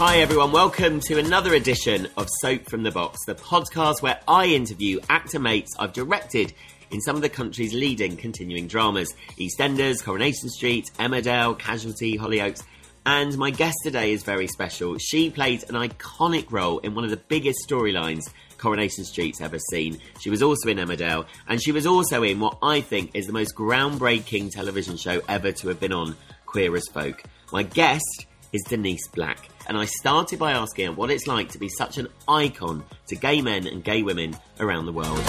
Hi, everyone. Welcome to another edition of Soap from the Box, the podcast where I interview actor mates I've directed in some of the country's leading continuing dramas EastEnders, Coronation Street, Emmerdale, Casualty, Hollyoaks. And my guest today is very special. She played an iconic role in one of the biggest storylines Coronation Street's ever seen. She was also in Emmerdale, and she was also in what I think is the most groundbreaking television show ever to have been on, Queer as Folk. My guest is Denise Black, and I started by asking her what it's like to be such an icon to gay men and gay women around the world.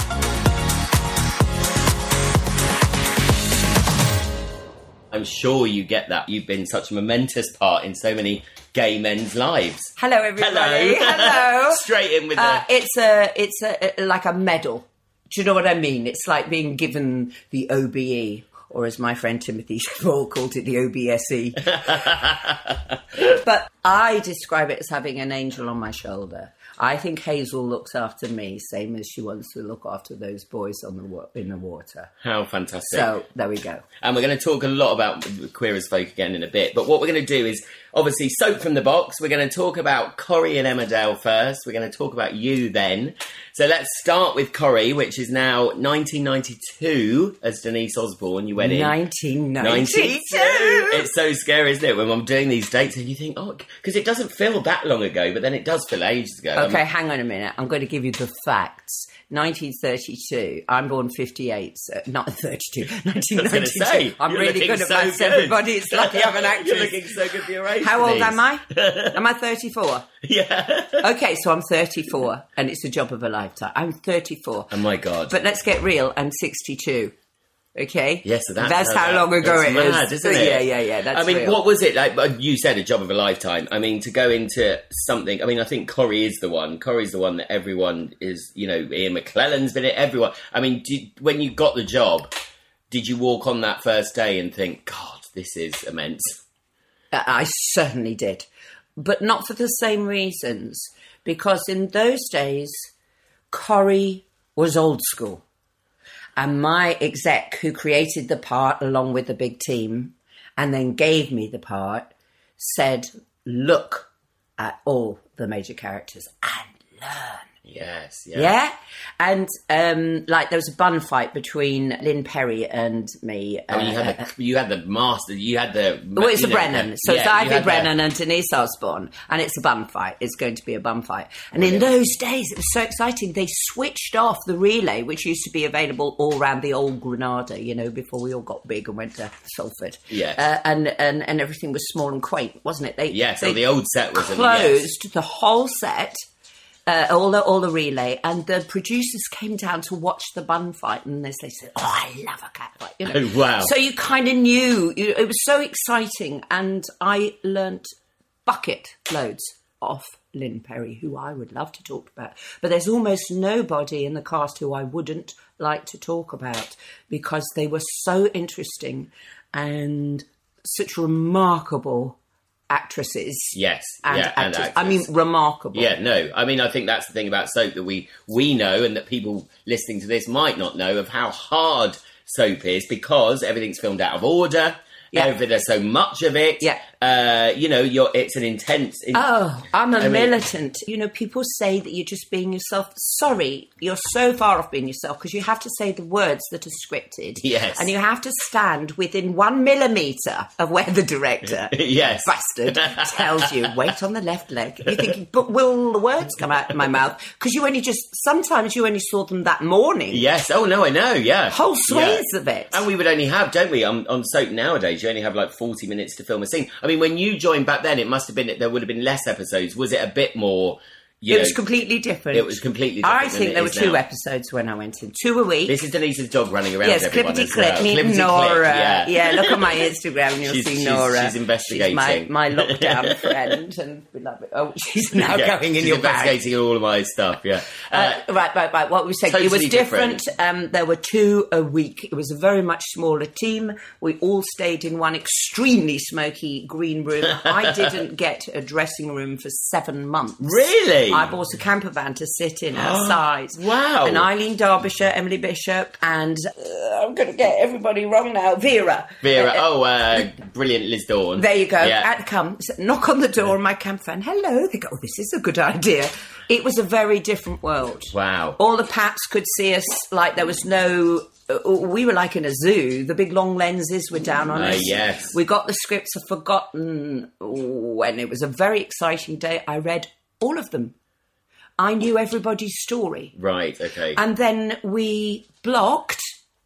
I'm sure you get that. You've been such a momentous part in so many gay men's lives. Hello, everybody. Hello. Straight in with Uh, the. it's a, it's a, a- like a medal. Do you know what I mean? It's like being given the OBE, or as my friend Timothy Spall called it, the OBSE. E. but I describe it as having an angel on my shoulder. I think Hazel looks after me, same as she wants to look after those boys on the wa- in the water. How fantastic. So there we go. And we're going to talk a lot about Queer as Folk again in a bit. But what we're going to do is obviously soap from the box. We're going to talk about Corrie and Emmerdale first. We're going to talk about you then. So let's start with Corrie, which is now 1992 as Denise Osborne. You went in. 1992. It's so scary, isn't it? When I'm doing these dates and you think, oh, because it doesn't feel that long ago, but then it does feel ages ago. I'm- Okay, hang on a minute. I'm going to give you the facts. 1932. I'm born 58, so not 32. was gonna 1992. say, I'm you're really looking good at so maths, good. everybody. It's lucky I'm an You're actress. looking so good for your age. How old Denise. am I? Am I 34? Yeah. Okay, so I'm 34, and it's a job of a lifetime. I'm 34. Oh my god. But let's get real. I'm 62. Okay. Yes, so that's, that's how long ago it's it is. mad, Isn't it? Yeah, yeah, yeah. That's I mean, real. what was it like? uh, You said a job of a lifetime. I mean, to go into something. I mean, I think Corrie is the one. Corrie's the one that everyone is. You know, Ian McClellan's been it. Everyone. I mean, do, when you got the job, did you walk on that first day and think, God, this is immense? I certainly did, but not for the same reasons. Because in those days, Corrie was old school. And my exec, who created the part along with the big team and then gave me the part, said, Look at all the major characters and Yes. yeah. And um, like there was a bun fight between Lynn Perry and me. I mean, Oh, you had the you had the master. You had the. Well, it's you a know, Brennan. So yeah, it's you Ivy had the- Brennan and Denise Osborne. And it's a bum fight. It's going to be a bum fight. And in those days, it was so exciting. They switched off the relay, which used to be available all round the old Granada, you know, before we all got big and went to Salford. Yes. Uh, and, and, and everything was small and quaint, wasn't it? They, Yeah, so they the old set was Yes. closed the whole set. Uh, all the all the relay and the producers came down to watch the bun fight and they, they said, "Oh, I love a cat fight!" You know, Oh, wow. So you kind of knew you, it was so exciting, and I learnt bucket loads off Lynn Perry, who I would love to talk about. But there's almost nobody in the cast who I wouldn't like to talk about because they were so interesting and such remarkable actresses Yes. and yeah, and actors. I mean, actors. remarkable. Yeah, no. I mean, I think that's the thing about soap that we we know, and that people listening to this might not know of how hard soap is because everything's filmed out of order. Yeah. Every- there's so much of it. Yeah. uh, you know, you're it's an intense. in- Oh, I'm a mean- militant. You know, people say that you're just being yourself. Sorry, you're so far off being yourself because you have to say the words that are scripted. Yes. And you have to stand within one millimetre of where the director, Yes. bastard, tells you, wait on the left leg. You're thinking, but will the words come out of my mouth? Because you only just, sometimes you only saw them that morning. Yes. Oh no, I know. Yeah, Whole Yeah. swathes of it. And we would only have, don't we, on, on soap nowadays, you only have like 40 minutes to film a scene. I mean, when you joined back then, it must have been, there would have been less episodes. Was it a bit more, you It know, was completely different. it was completely I different than think it there were is two now. episodes when I went in, two a week. This is Denise's dog running around Yes, everyone clippity as well. click, meet Clippity-click, Nora. yeah. Yeah. look at my Instagram and you'll She's- see she's- Nora. she's investigating. my, my lockdown friend and beloved. Oh, she's now Yeah, going in she's your bag. investigating all of my stuff, yeah. Uh, Uh, right, right, right. What we said, it was Totally different. different. Um, there were two a week. It was a very much smaller team. We all stayed in one extremely smoky green room. I didn't get a dressing room for seven months. Really? I bought a camper van to sit in outside. Wow. And Eileen Derbyshire, Emily Bishop, and uh, I'm going to get everybody wrong now. Vera. Vera, Uh, oh, uh, brilliant Liz Dawn. there you go. Yeah. Out come, s- knock on the door, and my camp fan, hello. They go, oh, this is a good idea. It was a very different world. Wow. All the pats could see us like there was no. uh, We were like in a zoo. The big long lenses were down on Ah, us. yes. We got the scripts. I've forgotten when. It was a very exciting day. I read all of them. I knew everybody's story. Right, okay. And then we blocked.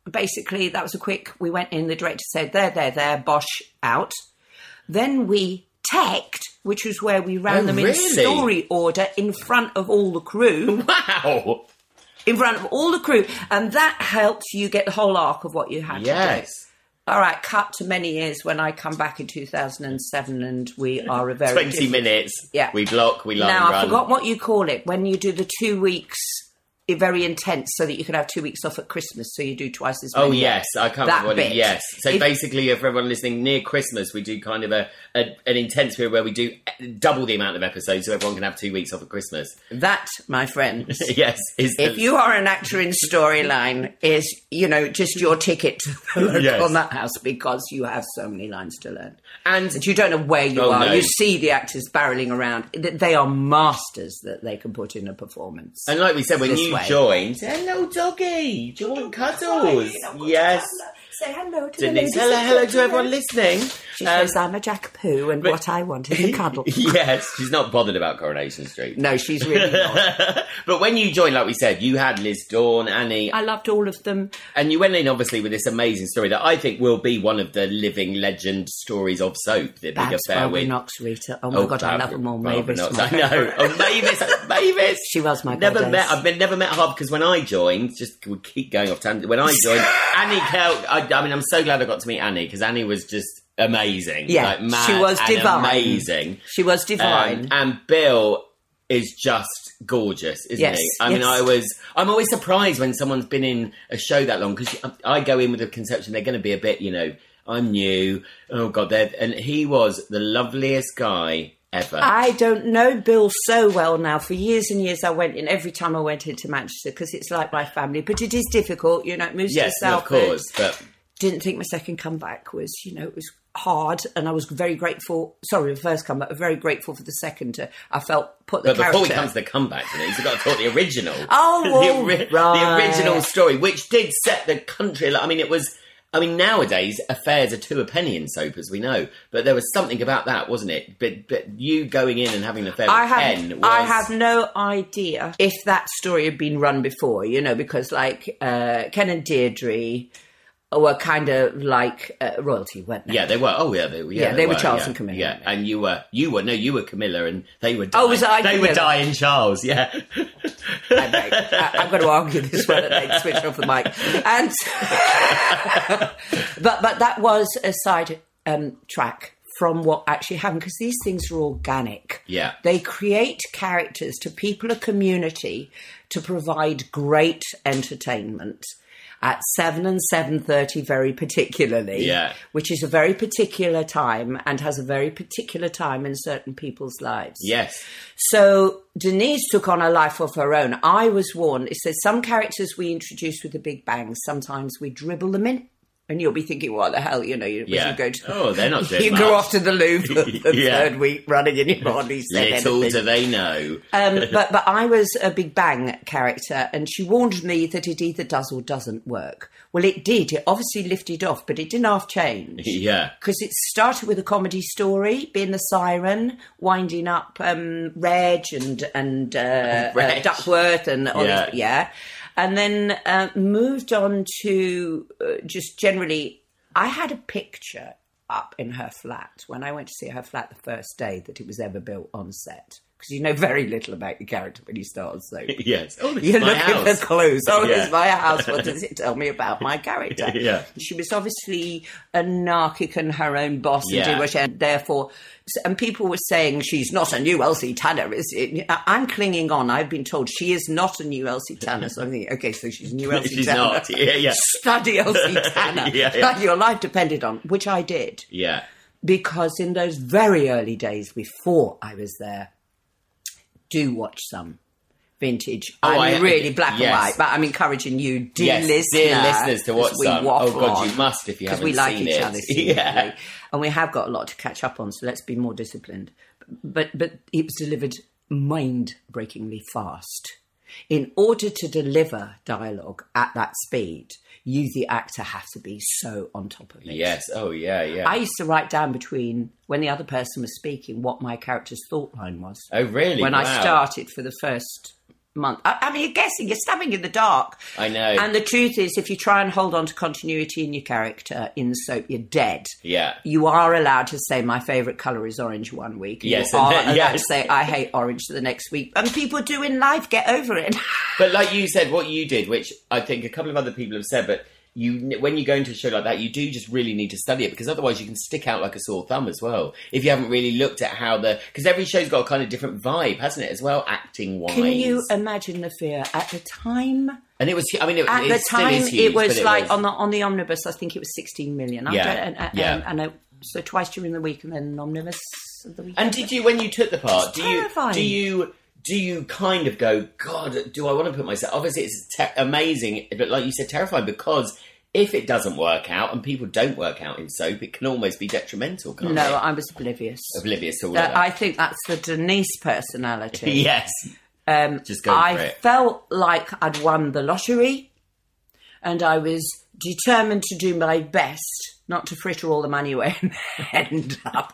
Basically, that was a quick. We went in. The director said, "There, there, there." Bosh out. Then we teched, which was where we ran Oh, them in really? story order in front of all the crew, wow! in front of all the crew, and that helped you get the whole arc of what you had to do. Yes. All right, cut to many years when I come back in 2007, and we are a very 20 different- minutes. Yeah. We block, we line now run. I forgot what you call it when you do the two weeks eh, very intense, so that you can have two weeks off at Christmas. So you do twice as many. Oh yes, I can't That remember what it. bit. Yes, so If- basically, if everyone listening near Christmas, we do kind of a, a an intense period where we do eh, double the amount of episodes, so everyone can have two weeks off at Christmas. That, my friends, Yes, is if you are an actor in storyline, is you know just your ticket to the local Yes. nuthouse because you have so many lines to learn. and That you don't know where you Oh, are. no. You see the actors barreling around. Th- They are masters that they can put in a performance. and like we said, when This you way. joined, hello doggy, do you want cuddles? Yes, Say hello to Denise. Hello, hello to everyone listening. She Um, says, I'm a jackapoo, and what I want is a cuddle. yes, she's not bothered about Coronation Street. No, she's really not. But when you joined, like we said, you had Liz Dawn, Annie, I loved all of them. And you went in obviously with this amazing story that I think will be one of the living legend stories of soap. The big Babs affair Barbara with Knox, Rita. Oh my god, I love them all. Barbara Mavis. Knox, my I know. Oh, Mavis, Mavis. She was my never goddess. met. I've been, never met her because when I joined, just we keep going off tangent. When I joined, Annie Kell. I, I mean, I'm so glad I got to meet Annie because Annie was just amazing. Yeah, like, mad she was and divine. Amazing. She was Um, divine. and Bill is just gorgeous, isn't Yes, he? I mean, yes. I was. I'm always surprised when someone's been in a show that long because I, I go in with the conception they're going to be a bit, you know, I'm new. Oh God, they're and he was the loveliest guy ever. I don't know Bill so well now. For years and years, I went in every time I went into Manchester because it's like my family. But it is difficult, you know. It moves yes, to no, of Southend. course, but Didn't think my second comeback was, you know, it was hard, and I was very grateful. Sorry, the first comeback. Very grateful for the second. Uh, I felt put the but character. before we come to the comeback, Denise, we've got to talk the original. Oh, the, all ori- the right. original story, which did set the country. al- I mean, it was. I mean, nowadays affairs are two a penny in soap, as we know. But there was something about that, wasn't it? But but you going in and having an affair with I have, Ken was I have no idea if that story had been run before, you know, because like uh, Ken and Deirdre were kind of like uh, royalty, weren't they? Yeah, they were. Oh, yeah, they, yeah, Yeah, they were Charles yeah, and Camilla, Yeah, weren't they? and you were, you were, no, you were Camilla, and they were. Dying. was I They were Camilla? dying Charles. Yeah, I beg. I, I'm going to argue this one and then switch off the mic. And but but that was a side um, track from what actually happened because these things are organic. Yeah. they create characters to people a community to provide great entertainment at 7 and 7.30 very particularly Yeah. which is a very particular time and has a very particular time in certain people's lives yes, so Denise took on a life of her own. I was warned. It says some characters we introduce with the Big Bang, sometimes we dribble them in. and you'll be thinking, what the hell, you know, you, Yeah. you go to. Oh, they're not doing You go much. off to the Louvre the Yeah. third week running, and you've hardly said Little anything. do they know. Um, but but I was a Big Bang character, and she warned me that it either does or doesn't work. Well, it did. It obviously lifted off, but it didn't half change yeah. because it started with a comedy story, being the siren, winding up um, Reg and and uh, Reg. uh, Duckworth and all Yeah. yeah. yeah, and then uh, moved on to uh, just generally. I had a picture up in her flat when I went to see her flat the first day that it was ever built on set because you know very little about your character when you start on soap. Yes. Oh, this You're is my looking house. for clues. Oh, Yeah. it's my house. What does it tell me about my character? Yeah. She was obviously anarchic and her own boss and Yeah. did what she had. Therefore, and people were saying she's not a new Elsie Tanner. Is it? I'm clinging on. I've been told she is not a new Elsie Tanner. So I'm thinking, okay, so she's new Elsie She's Tanner. not. Yeah, yeah. Study Elsie Tanner. Yeah, yeah. Like your life depended on, which I did Yeah. because in those very early days before I was there, do watch some vintage. Oh, I'm I- really black yes. and white, but I'm encouraging you, dear Yes, listener, dear listeners, to as watch we some. waffle Oh, God, on, you must if you 'cause we haven't like seen each it. other, Yeah. seriously. and we have got a lot to catch up on. So let's be more disciplined. But but it was delivered mind-breakingly fast. In order to deliver dialogue at that speed, you, the actor, have to be so on top of it. Yes. Oh, yeah, yeah. I used to write down between when the other person was speaking what my character's thought line was. oh, really? when I Wow. started for the first month, I, I mean, you're guessing, you're stabbing in the dark. I know. And the truth is, if you try and hold on to continuity in your character in soap, you're dead. yeah. You are allowed to say my favourite colour is orange one week. and Yes, you and are then- allowed yes. to say I hate orange the next week. And people do in life get over it. But like you said, what you did, which I think a couple of other people have said, but you when you go into a show like that, you do just really need to study it because otherwise you can stick out like a sore thumb as well if you haven't really looked at how the because every show's got a kind of different vibe, hasn't it? As well, acting wise. Can you uh, imagine the fear at the time? And it was. I mean, it, at it the still time is huge, it was but like on the on the omnibus i think it was 16 million I Yeah, don't- and, and, yeah. and, it- so twice during the week and then an omnibus of the week And did you, when you took the part, It's do you terrifying. do you do you kind of go, God, do I want to put myself? Obviously, it's te- amazing, but like you said, terrifying because if it doesn't work out and people don't work out in soap, it can almost be detrimental. Can't no it? i was oblivious oblivious to all That- that. i think that's the denise personality yes, um, just go I for it. felt like I'd won the lottery and I was determined to do my best not to fritter all the money away and end up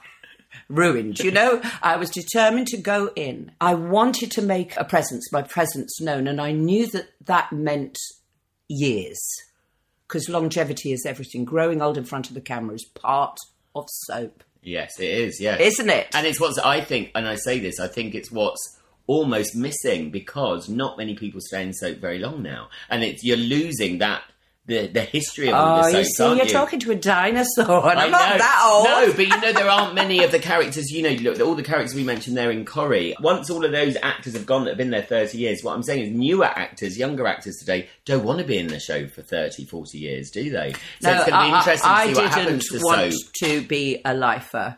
ruined. You know, I was determined to go in. I wanted to make a presence, my presence known, and I knew that that meant years because longevity is everything. Growing old in front of the camera is part of soap, yes, it is. Yes, isn't it? And it's what's I think, and I say this, I think it's what's almost missing because not many people stay in soap very long now, and it's you're losing that the the history of all Oh, the you soaps, see, aren't you're you? talking to a dinosaur, and I I'm not know. that old. No, but you know there aren't many of the characters. You know, look, all the characters we mentioned there in Corrie. Once all of those actors have gone that have been there thirty years, what I'm saying is newer actors, younger actors today don't want to be in the show for 30, 40 years, do they? So it's going to be interesting I, to see I what happens to didn't want soap. to be a lifer.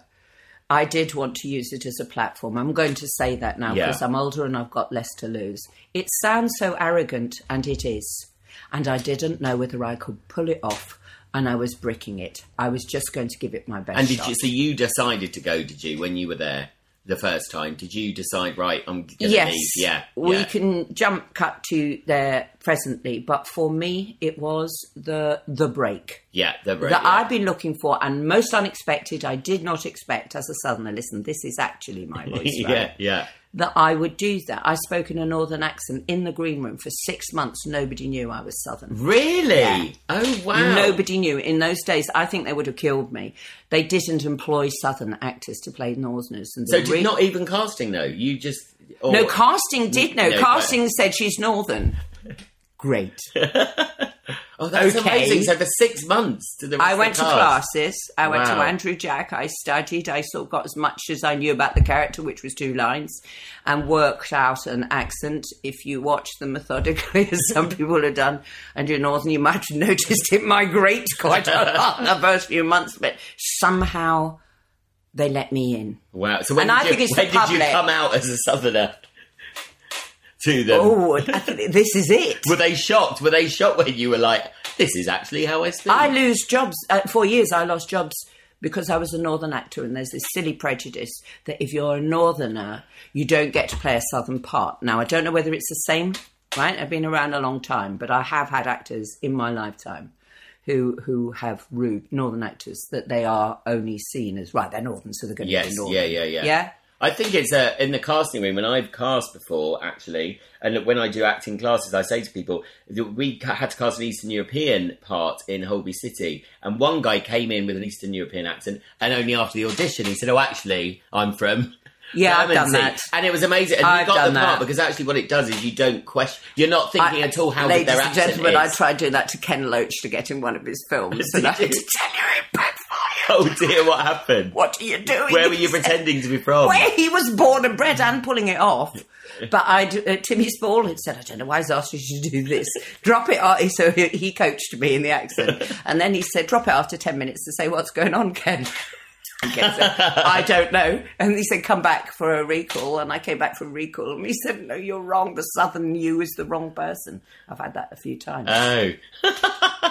I did want to use it as a platform. I'm going to say that now Yeah. because I'm older and I've got less to lose. It sounds so arrogant, and it is. And I didn't know whether I could pull it off, and I was bricking it. I was just going to give it my best. And did shot. you? So you decided to go? Did you when you were there the first time? Did you decide? Right, I'm going to yes, leave. Yeah, we yeah. can jump cut to there presently, but for me, it was the the break. Yeah, they're right. that yeah. I've been looking for and most unexpected, I did not expect as a southerner, listen, this is actually my voice, right? yeah, yeah. That I would do that. I spoke in a northern accent in the green room for six months. Nobody knew I was southern. Really? Oh wow. Nobody knew. In those days, I think they would have killed me. They didn't employ southern actors to play northerners. And the So did re- not even casting though. You just or, No, casting did know. No, casting said she's northern. Great. Oh, that's Okay. amazing. So for six months to the rest I of went the to cast. classes. I went to Wow. Andrew Jack. I studied. I sort of got as much as I knew about the character, which was two lines, and worked out an accent. If you watch them methodically, as some people have done, and you're northern, you might have noticed it migrates quite a lot in the first few months. But somehow they let me in. Wow. So when, And I did, think you, it's when the did you public. come out as a southerner to them? Oh, I think this is it. Were they shocked? Were they shocked when you were like, This is actually how I speak. I lose jobs. Uh, for years, I lost jobs because I was a northern actor, and there's this silly prejudice that if you're a northerner, you don't get to play a southern part. Now, I don't know whether it's the same, right? I've been around a long time, but I have had actors in my lifetime who who have rude northern actors that they are only seen as right. They're northern, so they're going to Yes, be northern. yeah, yeah, yeah. Yeah. I think it's uh, in the casting room, and I've cast before actually, and when I do acting classes, I say to people that we ca- had to cast an Eastern European part in Holby City, and one guy came in with an Eastern European accent, and only after the audition he said, "Oh, actually, I'm from." Yeah, I've Bermondsey." done that. and it was amazing. And you I've got done the part that. because actually, what it does is you don't question, you're not thinking at all how good ladies their and accent gentlemen, I is. tried doing that to Ken Loach to get in one of his films, and I had to tell her it backfired. oh dear, what happened? What are you doing? Where were He you said. pretending to be from? Where he was born and bred and pulling it off. But I, uh, Timmy Spall had said, I don't know why he's asked you to do this. Drop it. uh, So he, he coached me in the accent. And then he said, drop it after 10 minutes to say, what's going on, Ken? And Ken said, I don't know. And he said, come back for a recall. And I came back for a recall. And he said, no, you're wrong. The southern you is the wrong person. I've had that a few times. Oh.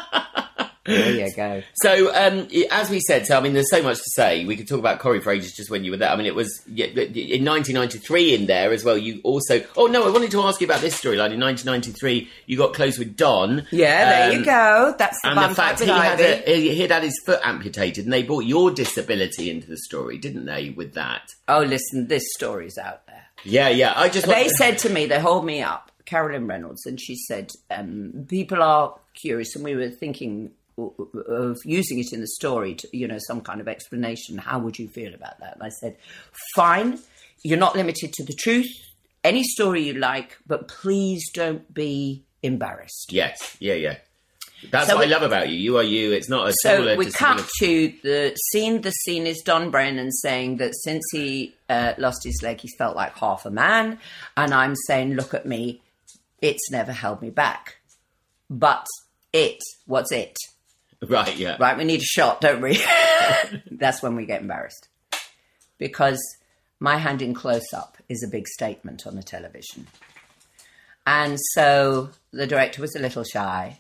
there you go. So, um, i- as we said, so I mean, there's so much to say. We could talk about Corey for ages just when you were there. I mean, it was yeah, in 1993 in there as well. You also, oh no, I wanted to ask you about this storyline. In 1993, you got close with Don. Yeah, there um, you go. That's the, And bun the fact type he that I had, did. a, he- he'd had his foot amputated, and they brought your disability into the story, didn't they? With that, Oh, listen, this story's out there. yeah, yeah. I just They want- said to me, they hold me up, Carolyn Reynolds, and she said, um, people are curious, and we were thinking w- w- of using it in the story, to, you know, some kind of explanation. How would you feel about that? And I said, fine, you're not limited to the truth, any story you like, but please don't be embarrassed. yes, yeah, yeah. That's So what we- I love about you. You are you. It's not a So similar we cut disability. to the scene. The scene is Don Brennan saying that since he uh, lost his leg, he's felt like half a man. And I'm saying, look at me. It's never held me back. But it, what's it? right, yeah, Right, we need a shot, don't we? That's when we get embarrassed. Because my hand in close up is a big statement on the television. And so the director was a little shy,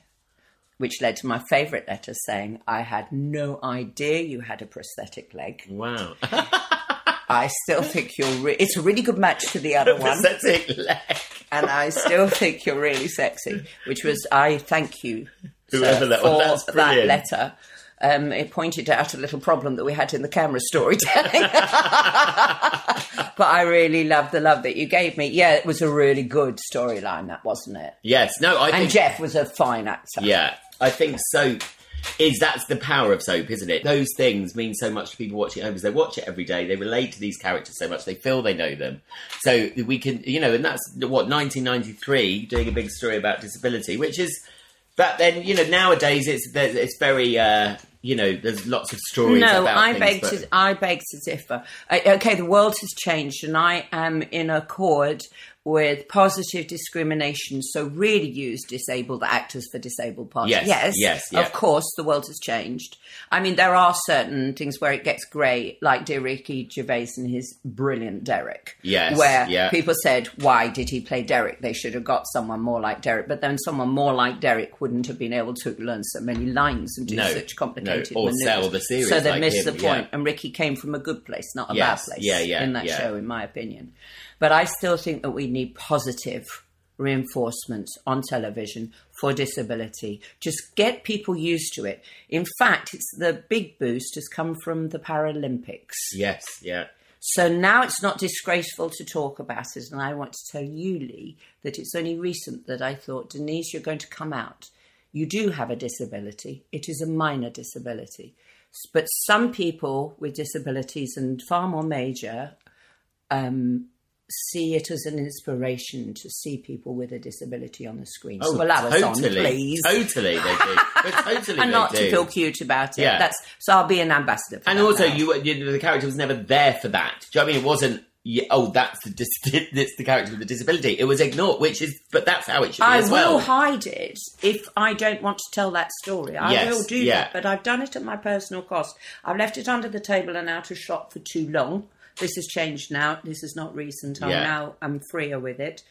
which led to my favourite letter saying, I had no idea you had a prosthetic leg. Wow, I still think you're. Re- it's a really good match to the other one prosthetic leg. and I still think you're really sexy, which was I thank you sir, Whoever that was, for that's that brilliant. letter. Um, it pointed out a little problem that we had in the camera storytelling. but I really loved the love that you gave me. Yeah, it was a really good storyline, that wasn't it? Yes, no, I And think Jeff was a fine actor. Yeah, I think soap is that's the power of soap, isn't it? Those things mean so much to people watching it home because they watch it every day. They relate to these characters so much. They feel they know them. So we can, you know, and that's what 1993 doing a big story about disability, which is. But then, you know, nowadays it's there's- it's very. Uh, you know, there's lots of stories. No, about I things, beg but- to I beg to differ. I, okay, the world has changed, and I am in accord with positive discrimination. So really, use disabled actors for disabled parts. Yes, yes, yeah. of course, the world has changed. I mean, there are certain things where it gets grey, like dear Ricky Gervais and his brilliant Derek. Yes, where yeah. people said, "Why did he play Derek? They should have got someone more like Derek." But then someone more like Derek wouldn't have been able to learn so many lines and do No, such complicated no, or maneuvers. sell the series So they like missed him, the yeah. point. And Ricky came from a good place, not a Yes, bad place yeah, yeah, in that yeah. show, in my opinion. But I still think that we need positive reinforcements on television for disability. Just get people used to it. In fact, it's the big boost has come from the Paralympics. Yes, yeah. So now it's not disgraceful to talk about it. And I want to tell you, Lee, that it's only recent that I thought, Denise, you're going to come out. You do have a disability, it is a minor disability. S- But some people with disabilities, and far more major, um, see it as an inspiration to see people with a disability on the screen. so allow Oh, totally, us on, please. Totally, they do. But totally, And they not do. to feel cute about it. Yeah. That's so. I'll be an ambassador. For And that also, now. you, were- you know, the character was never there for that. Do you know what I mean? It wasn't. Yeah, oh, that's the dis- that's the character with the disability. It was ignored, which is, but that's how it should be I as well. will hide it if I don't want to tell that story. I Yes, will do yeah. that, but I've done it at my personal cost. I've left it under the table and out of shot for too long. This has changed now. This is not recent. I'm Yeah. now I'm freer with it.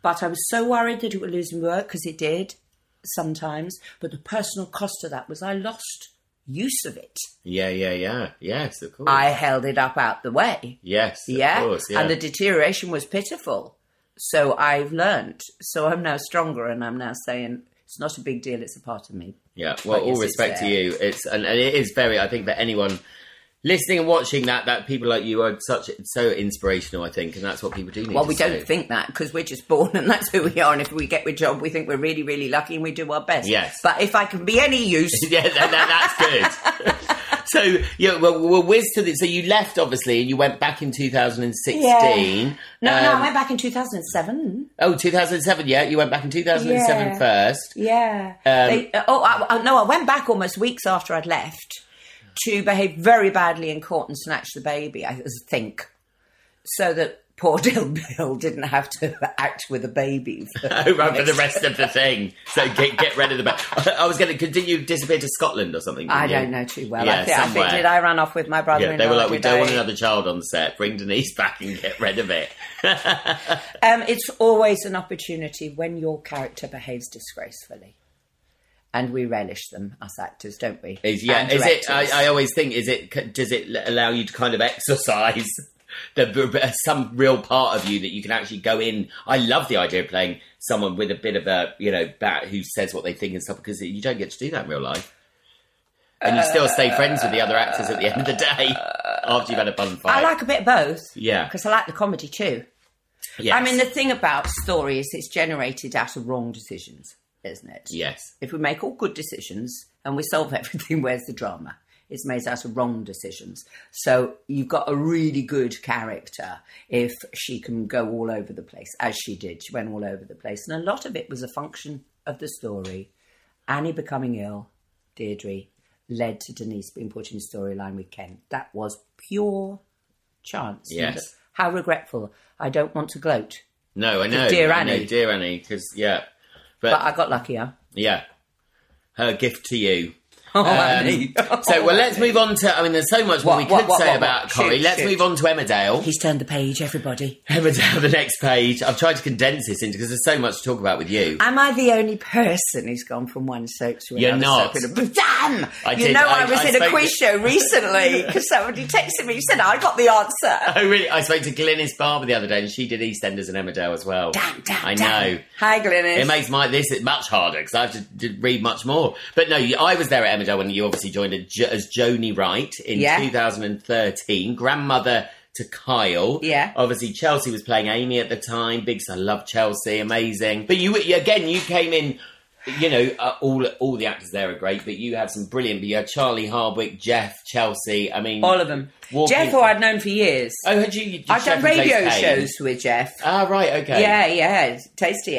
But I was so worried that it would lose me work because it did. sometimes, but the personal cost of that was I lost use of it. Yeah, yeah, yeah. Yes, of course. I held it up out the way. yes, of yeah? course. Yeah. And the deterioration was pitiful. So I've learnt. So I'm now stronger and I'm now saying it's not a big deal, it's a part of me. Yeah, well, But all yes, it's respect to there. you. It's and, and it is very. I think that anyone listening and watching that, that people like you are such so inspirational. I think, and that's what people do need. Well, to we don't say. think that because we're just born and that's who we are. And if we get a job, we think we're really, really lucky and we do our best. Yes. But if I can be any use, yeah, that, that- that's good. so yeah, well, well, whiz to the. So you left obviously, and you went back in 2016. No, no, Um, I went back in 2007. Oh, 2007. Yeah, you went back in 2007 Yeah. first. Yeah. Um, They- uh, oh, I, I, no, I went back almost weeks after I'd left to behave very badly in court and snatch the baby, I think, so that poor Dill Bill didn't have to act with a baby. for- Oh, right, for the rest of the thing. So get get rid of the. Ba- I was going to continue disappear to Scotland or something. I didn't you? don't know too well. Yeah, I, think, I somewhere. think, did I run off with my brother Yeah, in they were law, like, we did don't I? want another child on set. Bring Denise back and get rid of it. Um, it's always an opportunity when your character behaves disgracefully. And we relish them, us actors, don't we? Is, yeah, And is it? directors. I, I always think, is it? Does it allow you to kind of exercise the some real part of you that you can actually go in? I love the idea of playing someone with a bit of a you know bat who says what they think and stuff because you don't get to do that in real life. And you still stay friends with the other actors at the end of the day after you've had a bun fight. I like a bit of both. Yeah. Because I like the comedy too. yes. I mean, the thing about story is it's generated out of wrong decisions, isn't it? yes, If we make all good decisions and we solve everything, where's the drama? It's made out of wrong decisions. So you've got a really good character if she can go all over the place, as she did. She went all over the place. And a lot of it was a function of the story. Annie becoming ill, Deirdre, led to Denise being put in storyline with Ken. That was pure chance. Yes. How regretful. I don't want to gloat, no, I know, Dear I know, Annie. dear Annie, because yeah, but I got luckier. yeah, her gift to you. Oh, Um, so, well, let's move on to. I mean, there's so much more What, we could what, what, say what, what? about Corrie. Shoot, let's shoot. move on to Emmerdale. He's turned the page, everybody. Emmerdale, the next page. I've tried to condense this into because there's so much to talk about with you. Am I the only person who's gone from one soap to You're another not. soap? In a, but damn! I you did. know, I- I, was I in a spoke- quiz show recently because somebody texted me. He said, I got the answer. Oh, really? I spoke to Glynis Barber the other day, and she did EastEnders and Emmerdale as well. Damn, damn, I damn. know. Hi, Glynis. It makes my this much harder because I have to d- read much more. But no, you- I was there at Emmerdale when you obviously joined a jo- as Joni Wright in Yeah. 2013, grandmother to Kyle. Yeah. Obviously, Chelsea was playing Amy at the time. Big, I love Chelsea, amazing. But you were- you- again, you came in. You know, uh, all all the actors there are great, but you had some brilliant. But you had Charlie Hardwick, Jeff, Chelsea. I mean, All of them. Walking- Jeff, who I'd known for years. Oh, had you? you Jeff I've done and Grace radio Payne? shows with Jeff. Ah, right, okay. Yeah, yeah. Tasty,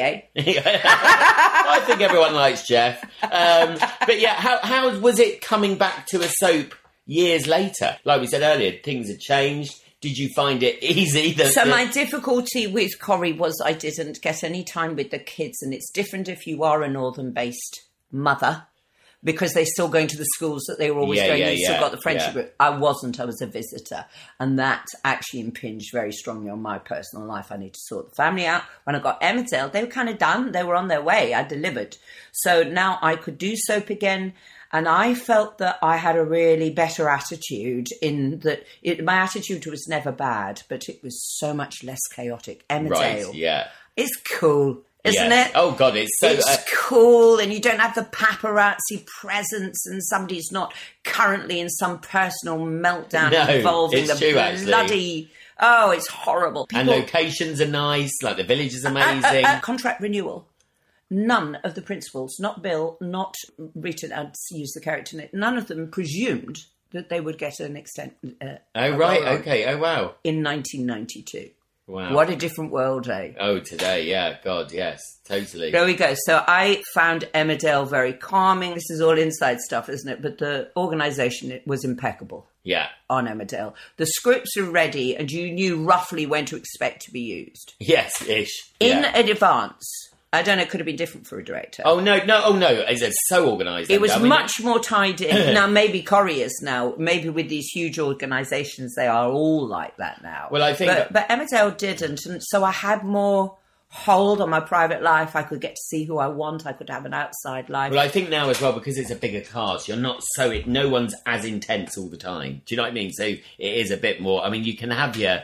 eh? I think everyone likes Jeff. Um, but yeah, how, how was it coming back to a soap years later? Like we said earlier, things had changed. Did you find it easy? The, So the- my difficulty with Corrie was I didn't get any time with the kids, and it's different if you are a northern-based mother because they're still going to the schools that they were always Yeah, going. yeah, you still yeah, got the friendship yeah. group. I wasn't. I was a visitor, and that actually impinged very strongly on my personal life. I need to sort the family out. When I got Emmerdale, they were kind of done. They were on their way. I delivered, so now I could do soap again. And I felt that I had a really better attitude in that it, my attitude was never bad, but it was so much less chaotic. Emmerdale, right, yeah, it's cool, isn't yeah. it? Oh God, it's so. it's uh, cool, and you don't have the paparazzi presence, and somebody's not currently in some personal meltdown No, involving it's the true, actually. bloody. Oh, it's horrible. and People, locations are nice. Like the village is amazing. uh, uh, contract renewal. None of the principals, not Bill, not Rita, I'd use the character name, none of them presumed that they would get an extent uh, oh right, well, okay. Oh wow, in 1992. wow. What a different world, eh? oh today, yeah. God, yes, totally. There we go. So I found Emmerdale very calming. This is all inside stuff, isn't it? But the organisation it was impeccable Yeah, on Emmerdale. The scripts are ready, and you knew roughly when to expect to be used yes, ish. in Yeah. advance. I don't know. It could have been different for a director. Oh no, no, oh no! It's, it's so organised. It was I mean, much more tied in. now, maybe Corrie's now, maybe with these huge organisations, they are all like that now. Well, I think But, but Emmerdale didn't, and so I had more hold on my private life. I could get to see who I want. I could have an outside life. Well, I think now as well because it's a bigger cast, you're not so it. No one's as intense all the time. Do you know what I mean? So it is a bit more. I mean, you can have your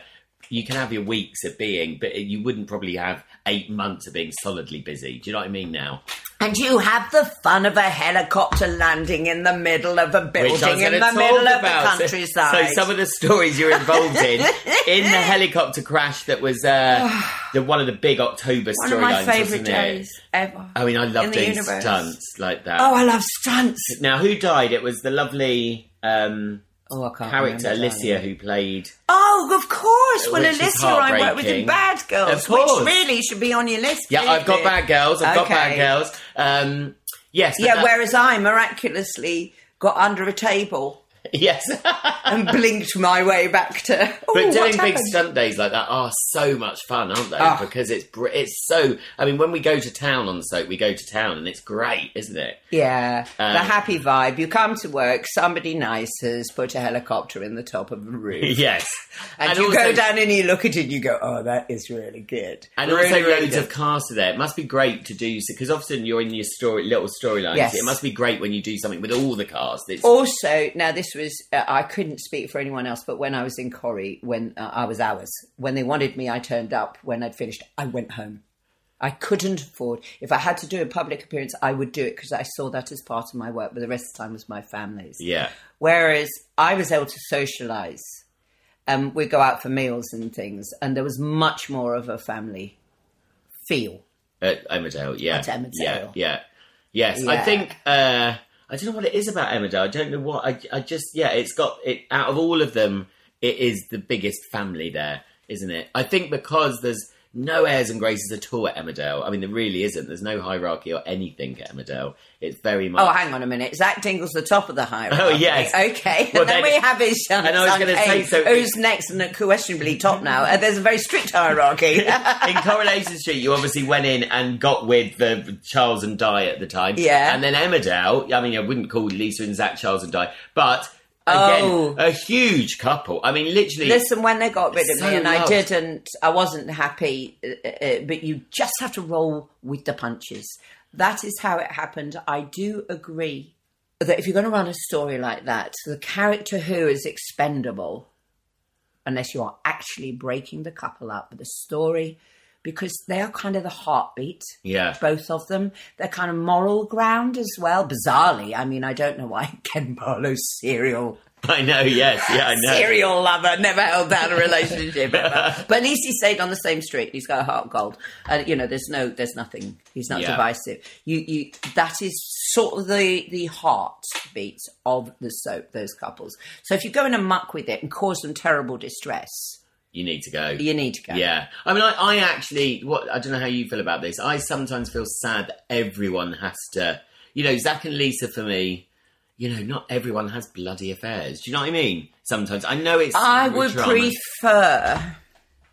you can have your weeks of being, but you wouldn't probably have eight months of being solidly busy. Do you know what I mean now? And you have the fun of a helicopter landing in the middle of a Which I building was in gonna the talk middle of the about. So- countryside. So, some of the stories you're involved in in the helicopter crash that was uh, the one of the big October One of my storylines, favourite wasn't days it? ever. I mean, I in love the doing universe. stunts like that. Oh, I love stunts. Now, who died? It was the lovely um, Oh, I can't character remember, Alicia who played. Oh, of course. Well, Which is Alicia, I work with in heartbreaking. Bad Girls, Of course. which really should be on your list. Yeah, I've got really. bad girls. I've got bad Okay. girls. Um, yes. but Yeah, that- whereas I miraculously got under a table Yes. and blinked my way back to. Oh, But what doing big happened? stunt days like that are so much fun, aren't they? Ah. Because it's br- it's so. I mean, when we go to town on soap, we go to town, and it's great, isn't it? Yeah, the Um, happy vibe. You come to work, somebody nice has put a helicopter in the top of a roof. Yes, And, you go down and you look at it and you go, oh, that is really good. And really, also really loads good. of cast are there. It must be great to do because often you're in your story, little storylines. Yes. It must be great when you do something with all the cast. It's, Also, now this was, uh, I couldn't speak for anyone else, but when I was in Corrie, when uh, I was ours, when they wanted me, I turned up. When I'd finished, I went home. I couldn't afford, if I had to do a public appearance, I would do it because I saw that as part of my work, but the rest of the time was my family's. yeah, Whereas I was able to socialize. Um, we'd go out for meals and things, and there was much more of a family feel. at Emmerdale. Yeah, At Emmerdale. Yeah, yeah, yes. I Yeah. think uh, I don't know what it is about Emmerdale. I don't know what. I, I just yeah, it's got it out of all of them. It is the biggest family there, isn't it? I think because there's no airs and graces at all at Emmerdale. I mean, there really isn't. There's no hierarchy or anything at Emmerdale. It's very much. Oh, hang on a minute. Zach Dingle's the top of the hierarchy. Oh, yes. Okay. Well, and then, then- we have his son. And I was son gonna say, A, so- Who's next and questionably top now? And there's a very strict hierarchy. in Coronation Street, you obviously went in and got with the Charles and Di at the time. Yeah. And then Emmerdale, I mean, I wouldn't call Lisa and Zach Charles and Di, but again, Oh. a huge couple. I mean, literally. Listen, when they got rid of So me and loved. I didn't, I wasn't happy, uh, uh, but you just have to roll with the punches. That is how it happened. I do agree that if you're going to run a story like that, the character who is expendable, unless you are actually breaking the couple up with the story, because they are kind of the heartbeat. Yeah. Both of them. They're kind of moral ground as well. Bizarrely, I mean, I don't know why Ken Barlow's serial I know, yes. Yeah, I know. serial lover, never held down a relationship ever. But at least he stayed on the same street. He's got a heart of gold, and you know, there's no, there's nothing. He's not Yeah. divisive. You, you, that is sort of the the heartbeat of the soap. Those couples. So if you go in and muck with it and cause them terrible distress, You need to go. you need to go. Yeah. I mean, I, I actually, what I don't know how you feel about this. I sometimes feel sad that everyone has to, you know, Zach and Lisa for me, you know, not everyone has bloody affairs. Do you know what I mean? Sometimes I know it's. I would drama. prefer.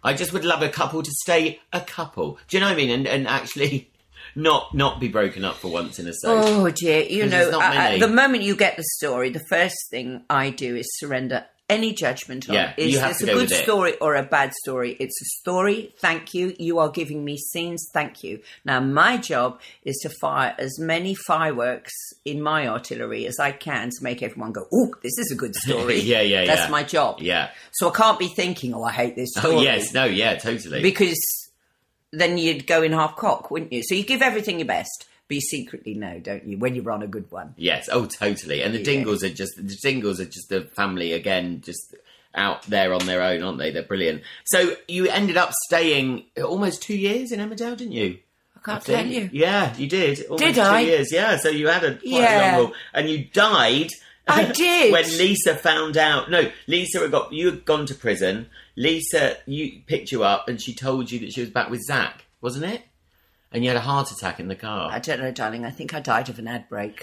I just would love a couple to stay a couple. Do you know what I mean? And and actually not not be broken up for once in a soap. Oh dear, you Because know, there's not I- I- many. the moment you get the story, the first thing I do is surrender any judgment on Yeah, is you have this to a go good with it. story or a bad story? It's a story. Thank you. You are giving me scenes. Thank you. Now my job is to fire as many fireworks in my artillery as I can to make everyone go, "Ooh, this is a good story." Yeah, yeah, That's yeah. my job. Yeah. So I can't be thinking, "Oh, I hate this story." Oh yes, no, yeah, totally. because then you'd go in half cock, wouldn't you? So you give everything your best, but you secretly know, don't you, when you're on a good one. yes, oh totally. And the Dingles are just the Dingles are just a family again, just out there on their own, aren't they? They're brilliant. So you ended up staying almost two years in Emmerdale, didn't you? I can't think. tell you. Yeah, you did. Almost Did two I? years, yeah. So you had a quite a Yeah. long haul. And you died I did. when Lisa found out. No, Lisa had got you had gone to prison. Lisa you picked you up and she told you that she was back with Zach, wasn't it? And you had a heart attack in the car. I don't know, darling. I think I died of an ad break.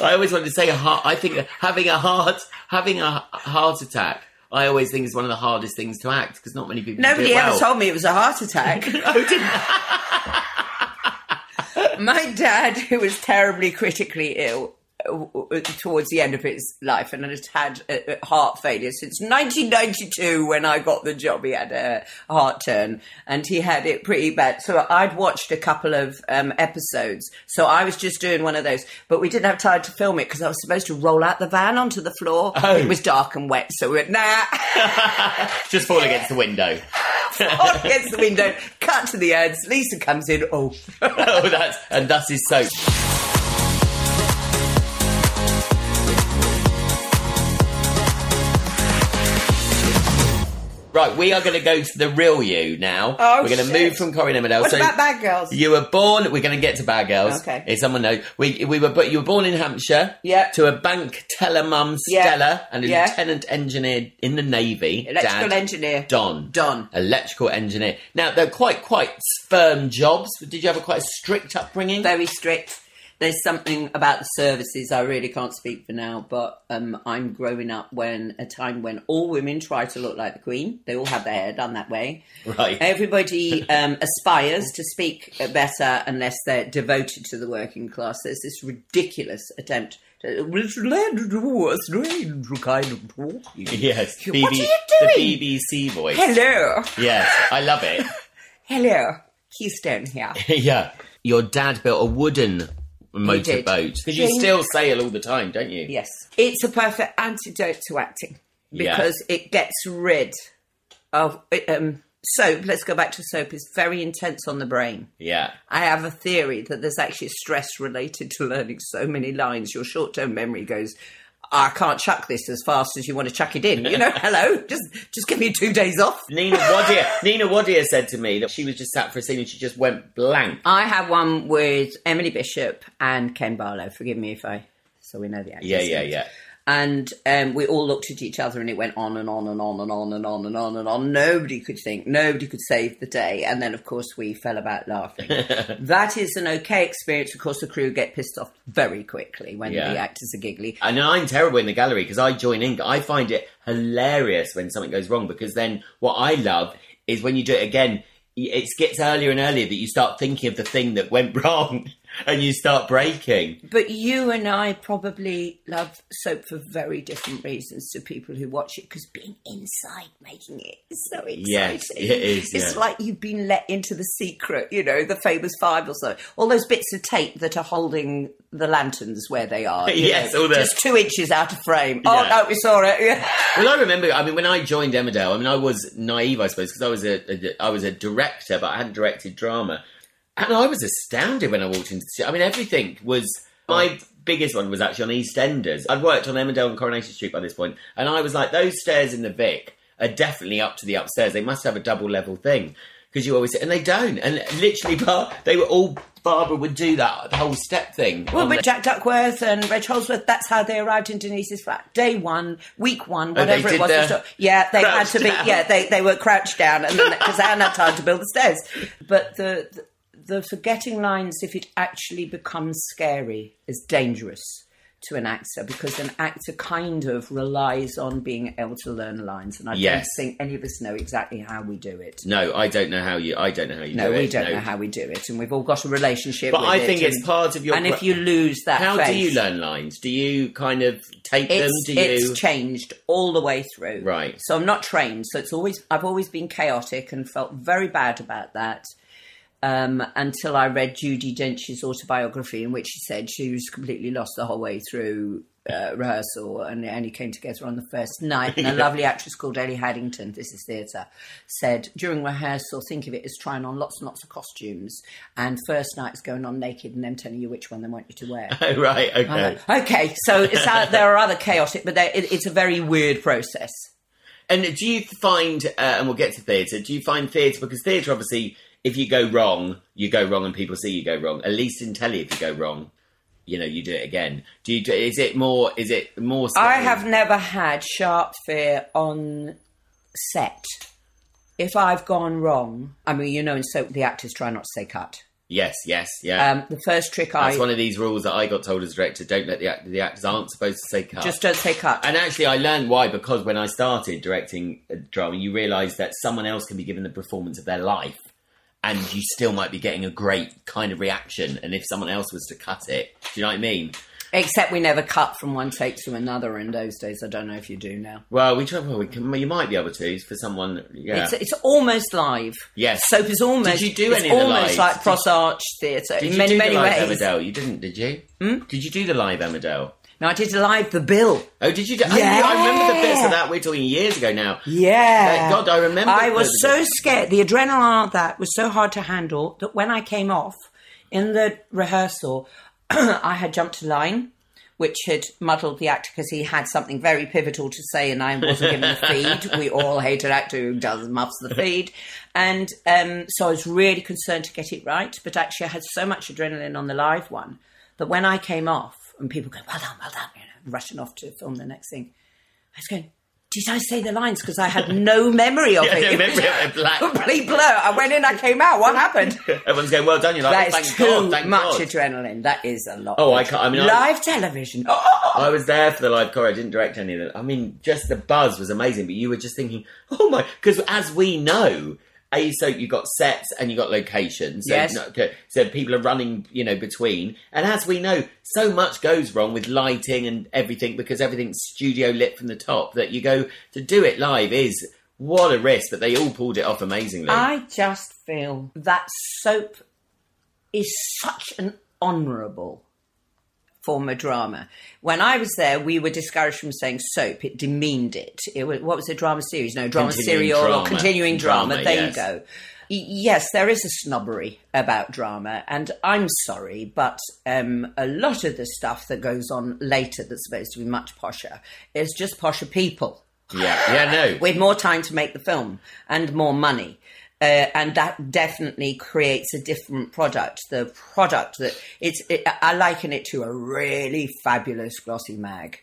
I always wanted to say a heart. I think having a heart, having a h- heart attack, I always think is one of the hardest things to act because not many people. do Nobody it well. ever told me it was a heart attack. My dad, who was terribly critically ill, w- w- towards the end of his life and had had uh, uh, heart failure since 1992 when I got the job. He had a heart turn and he had it pretty bad. So I'd watched a couple of um, episodes. So I was just doing one of those, but we didn't have time to film it because I was supposed to roll out the van onto the floor. It was dark and wet, so we went, nah. Just fall against the window. on against the window, cut to the ads. Lisa comes in. Oh, oh, that's and that's his soap. Right, we are going to go to the real you now. Oh, we're going to shit. move from Corinne Emmerdale. What about Bad Girls? You were born. We're going to get to Bad Girls. Okay. If someone knows, we we were. But you were born in Hampshire. Yeah. To a bank teller mum, Yeah. Stella, and a Yeah. lieutenant engineer in the navy. electrical Dad. engineer. Don. Don. Electrical engineer. Now they're quite quite firm jobs. Did you have a quite strict upbringing? Very strict. There's something about the services I really can't speak for now, but um, I'm growing up when a time when all women try to look like the Queen. They all have their hair done that way. Right. Everybody um, aspires to speak better unless they're devoted to the working class. There's this ridiculous attempt. To, which led to a strange kind of talking. Yes. What are you doing? The BBC voice. Hello. Yes, I love it. Hello. Keystone here. yeah. Your dad built a wooden motorboat because you Ding. still sail all the time, don't you? Yes. It's a perfect antidote to acting Yeah. because it gets rid of um, soap. Let's go back to soap. It's very intense on the brain. Yeah. I have a theory that there's actually stress related to learning so many lines. Your short term memory goes, I can't chuck this as fast as you want to chuck it in. You know, hello, just just give me two days off. Nina Wadia. Nina Wadia said to me that she was just sat for a scene and she just went blank. I had one with Emily Bishop and Ken Barlow. Forgive me if I. So we know the actors. Yeah, yeah, yeah. and um, we all looked at each other and it went on and on and on and on and on and on and on. Nobody could think, nobody could save the day. And then, of course, we fell about laughing. that is an okay experience. Of course, the crew get pissed off very quickly when Yeah. the actors are giggly. And I'm terrible in the gallery because I join in. I find it hilarious when something goes wrong because then what I love is when you do it again, y- it gets earlier and earlier that you start thinking of the thing that went wrong and you start breaking. But you and I probably love soap for very different reasons to people who watch it because being inside making it is so exciting. Yes, it is, It's yeah. like you've been let into the secret, you know, the famous five or so. All those bits of tape that are holding the lanterns where they are. you Yes, know, all the- just two inches out of frame. Oh, Yeah. no, we saw it. Yeah. Well, I remember. I mean, when I joined Emmerdale, I mean, I was naive, I suppose, because I was a, a I was a director, but I hadn't directed drama, and I was astounded when I walked into. the se- I mean, everything was my biggest one was actually on EastEnders. I'd worked on Emmerdale and Coronation Street by this point, and I was like, those stairs in the Vic are definitely up to the upstairs. They must have a double level thing because you always and they don't. And literally, Bar- they were all Barbara would do that whole step thing. Um, Well, on but the- Jack Duckworth and Reg Holsworth, that's how they arrived in Denise's flat. Day one, week one, Oh, they whatever did it was. their they sto- yeah, they had crouch to be, down. yeah, they, they were crouched down and because they hadn't had time to build the stairs. But the, the, the forgetting lines, if it actually becomes scary, is dangerous to an actor because an actor kind of relies on being able to learn lines. And I Yes. don't think any of us know exactly how we do it. no, I don't know how you. I don't know how you. No, do we it. don't know how we do it, and we've all got a relationship. But with I it, think it's and- part of your And if pro- you lose that, How do faith- you learn lines? Do you kind of take them? It's, Do you? it's changed all the way through. Right. So I'm not trained. So it's always I've always been chaotic and felt very bad about that. Um, until I read Judy Dench's autobiography, in which she said she was completely lost the whole way through uh, rehearsal, and it only came together on the first night. And a lovely actress called Ellie Haddington, this is theatre, said during rehearsal, think of it as trying on lots and lots of costumes, and first night is going on naked and them telling you which one they want you to wear. oh, right. Okay. Okay, so it's out, there are other chaotic, but there, it, it's a very weird process. And do you find? Uh, and we'll get to theatre. Do you find theatre because theatre, obviously, if you go wrong, you go wrong, and people see you go wrong. At least in telly, if you go wrong, you know you do it again. Do you? Do, is it more? Is it more? I scary? have never had sharp fear on set. If I've gone wrong, I mean, you know, in soap, the actors try not to say cut. Yes. Yes. Yeah. Um, the first trick I That's one of these rules that I got told as director. Don't let the act- the actors aren't supposed to say cut. just don't say cut. And actually, I learned why because when I started directing a drama, you realise that someone else can be given the performance of their life, and you still might be getting a great kind of reaction. And if someone else was to cut it, do you know what I mean? Except we never cut from one take to another in those days. I don't know if you do now. Well, we try, well, we can, you might be able to for someone. Yeah, It's, it's almost live. Yes. Soap is almost. Did you do it's any of the almost lives? like Did- cross arch theatre did in you many do many the live ways. Hmm? Emmerdale? You didn't, did you? Did you do the live Emmerdale? No, I did live the bill. Oh, did you? Do, oh, yeah, I remember the bits Yeah. of that. We're talking years ago now. Yeah. Thank God, I remember I was those so days. scared. The adrenaline of that was so hard to handle that when I came off in the rehearsal, I had jumped a line, which had muddled the actor because he had something very pivotal to say, and I wasn't given the feed. We all hate an actor who does muffs the feed, and um, so I was really concerned to get it right. But actually, I had so much adrenaline on the live one that when I came off, and people go, "Well done, well done," you know, rushing off to film the next thing. I was going, did I say the lines? Because I had no memory of it. Yeah, It was memory of it, black. complete blur. I went in, I came out. What happened? Everyone's going, well done. You're That like, is oh, thank too God, thank much God. adrenaline. That is a lot. Oh, I can't- I mean, I- live television. Oh, I was there for the live choreo. I didn't direct any of it. I mean, just the buzz was amazing. But you were just thinking, oh my, because as we know, a so you got sets and you got locations. So, Yes. no- so people are running, you know, between. And as we know, so much goes wrong with lighting and everything because everything's studio lit from the top. That you go to do it live is what a risk. But they all pulled it off amazingly. I just feel that soap is such an honourable form of drama. When I was there, we were discouraged from saying soap. It demeaned it. it was, what was it? Drama series? No, drama Continuing serial or drama. continuing drama. Drama, there yes. you go. Y- Yes, there is a snobbery about drama, and I'm sorry, but um, a lot of the stuff that goes on later that's supposed to be much posher is just posher people yeah, yeah, no. with more time to make the film and more money. Uh, and that definitely creates a different product. The product that it's, it, I liken it to a really fabulous glossy mag.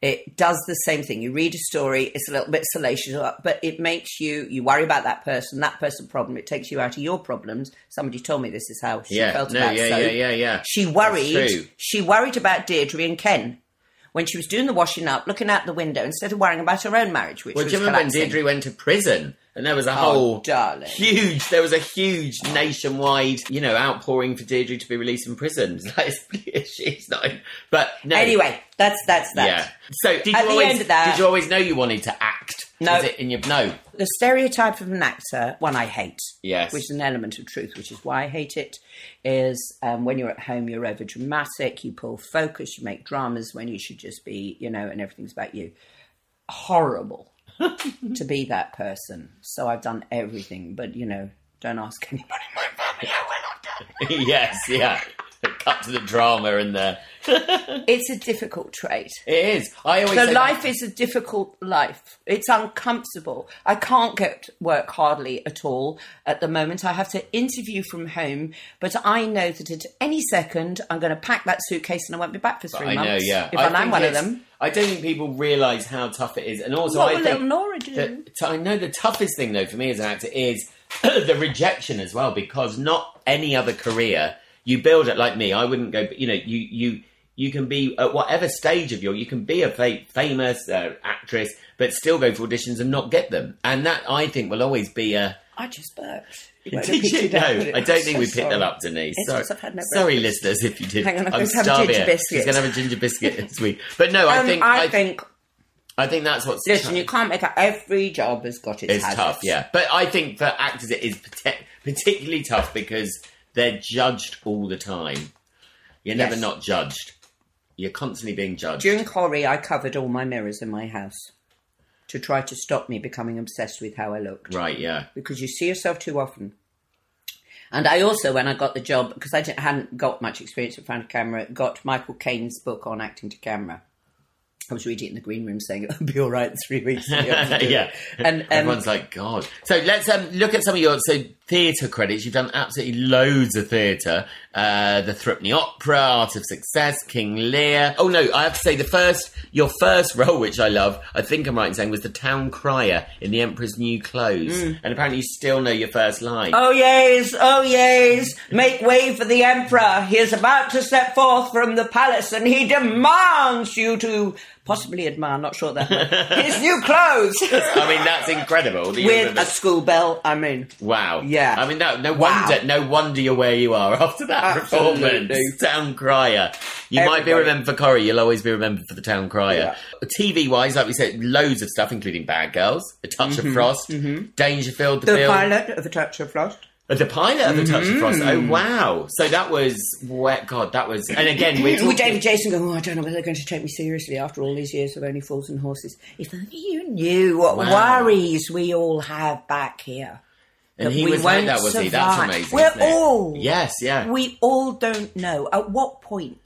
It does the same thing. You read a story, it's a little bit salacious, but it makes you, you worry about that person, that person problem. It takes you out of your problems. Somebody told me this is how she yeah, felt no, about yeah, soap. yeah, yeah, yeah. She That's true. worried. She worried about Deirdre and Ken when she was doing the washing up, looking out the window instead of worrying about her own marriage, which Well, was do you remember when collapsing. Deirdre went to prison? And there was a Oh, whole darling. huge. There was a huge nationwide, you know, outpouring for Deirdre to be released from prison. It's like, She's not. But no. Anyway, that's that's that. yeah. So did you At the always end of that- did you always know you wanted to act? No. Was it in your no? The stereotype of an actor, one I hate, Yes. which is an element of truth, which is why I hate it, is um, when you're at home, you're over dramatic, you pull focus, you make dramas when you should just be, you know, and everything's about you. Horrible to be that person. So I've done everything, but you know, don't ask anybody in my family how well I've done. yes. Yeah. Cut to the drama and the. It's a difficult trait. It is. I always. The say life is. is a difficult life. It's uncomfortable. I can't get to work hardly at all at the moment. I have to interview from home, but I know that at any second I'm going to pack that suitcase and I won't be back for three I months. know. Yeah. If I, land think one of it's- them. I don't think people realise how tough it is, and also What I will think little Nora do? The- t- I know the toughest thing though for me as an actor is the rejection as well, because not any other career you build it like me. I wouldn't go. You know, you you you can be at whatever stage of your you can be a fa- famous uh, actress, but still go for auditions and not get them. And that I think will always be a. I just burped. won't have Did picked you? it up, No, would it? I don't I'm think so we picked sorry. that up, Denise. It's Sorry, because I've had no sorry listeners, if you did. Hang on, I'm I'm going to have a starving. ginger She's biscuit. going to have a ginger biscuit this week. But no, I Um, think I I, think. I think that's what's Listen, you can't make up. Every job has got its, it's hazards. tough, yeah. But I think for actors, it is partic- particularly tough because they're judged all the time. You're never Yes. not judged. You're constantly being judged. During Corrie, I covered all my mirrors in my house to try to stop me becoming obsessed with how I looked right? Yeah. because you see yourself too often. And I also, when I got the job, because I didn't, hadn't got much experience in front of camera, got Michael Caine's book on acting to camera. I was reading it in the green room, saying it'll be all right in three weeks. and you have to do yeah, it." and um, everyone's like, "God." So let's um, look at some of your so theatre credits. You've done absolutely loads of theatre: uh, the Thrupney Opera, Art of Success, King Lear. Oh no, I have to say the first, your first role, which I love. I think I'm right in saying was the town crier in The Emperor's New Clothes, and apparently you still know your first line. Mm. oh yes, oh yes, make way for the emperor. He is about to step forth from the palace, and he demands you to possibly admire. Not sure that his new clothes. I mean, that's incredible. that you With remember- a school bell, I mean. wow. Yeah. I mean, no, no Wow. wonder, no wonder you're where you are after that Absolutely. performance. Town crier. You might be Everybody. remembered for Corrie, you'll always be remembered for the town crier. TV wise, like we said, loads of stuff, including Bad Girls, A Touch of Frost, Dangerfield, The, Mm-hmm. The Field, pilot Mm. of A Touch of Frost. Uh, The pilot of The Touch of Frost. Oh wow! So that was where God, that was, and again we're With talking- David Jason going, oh, I don't know whether they're going to take me seriously after all these years of only fools and horses. If only you knew what Wow. worries we all have back here. and he we was like won't that, was he? That's survive. amazing. We're isn't it? all- yes, yeah, We all don't know. At what point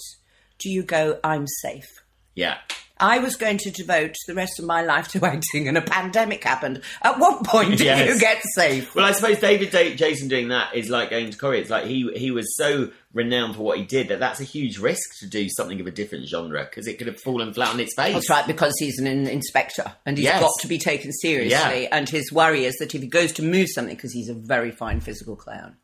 do you go, I'm safe? yeah. I was going to devote the rest of my life to acting, and a pandemic happened. At what point do Yes. you get safe? Well, I suppose David Da- Jason doing that is like going to Korea. It's like he he was so renowned for what he did that that's a huge risk to do something of a different genre because it could have fallen flat on its face. That's right, because he's an in- inspector, and he's Yes. got to be taken seriously. And his worry is that if he goes to move something, because he's a very fine physical clown.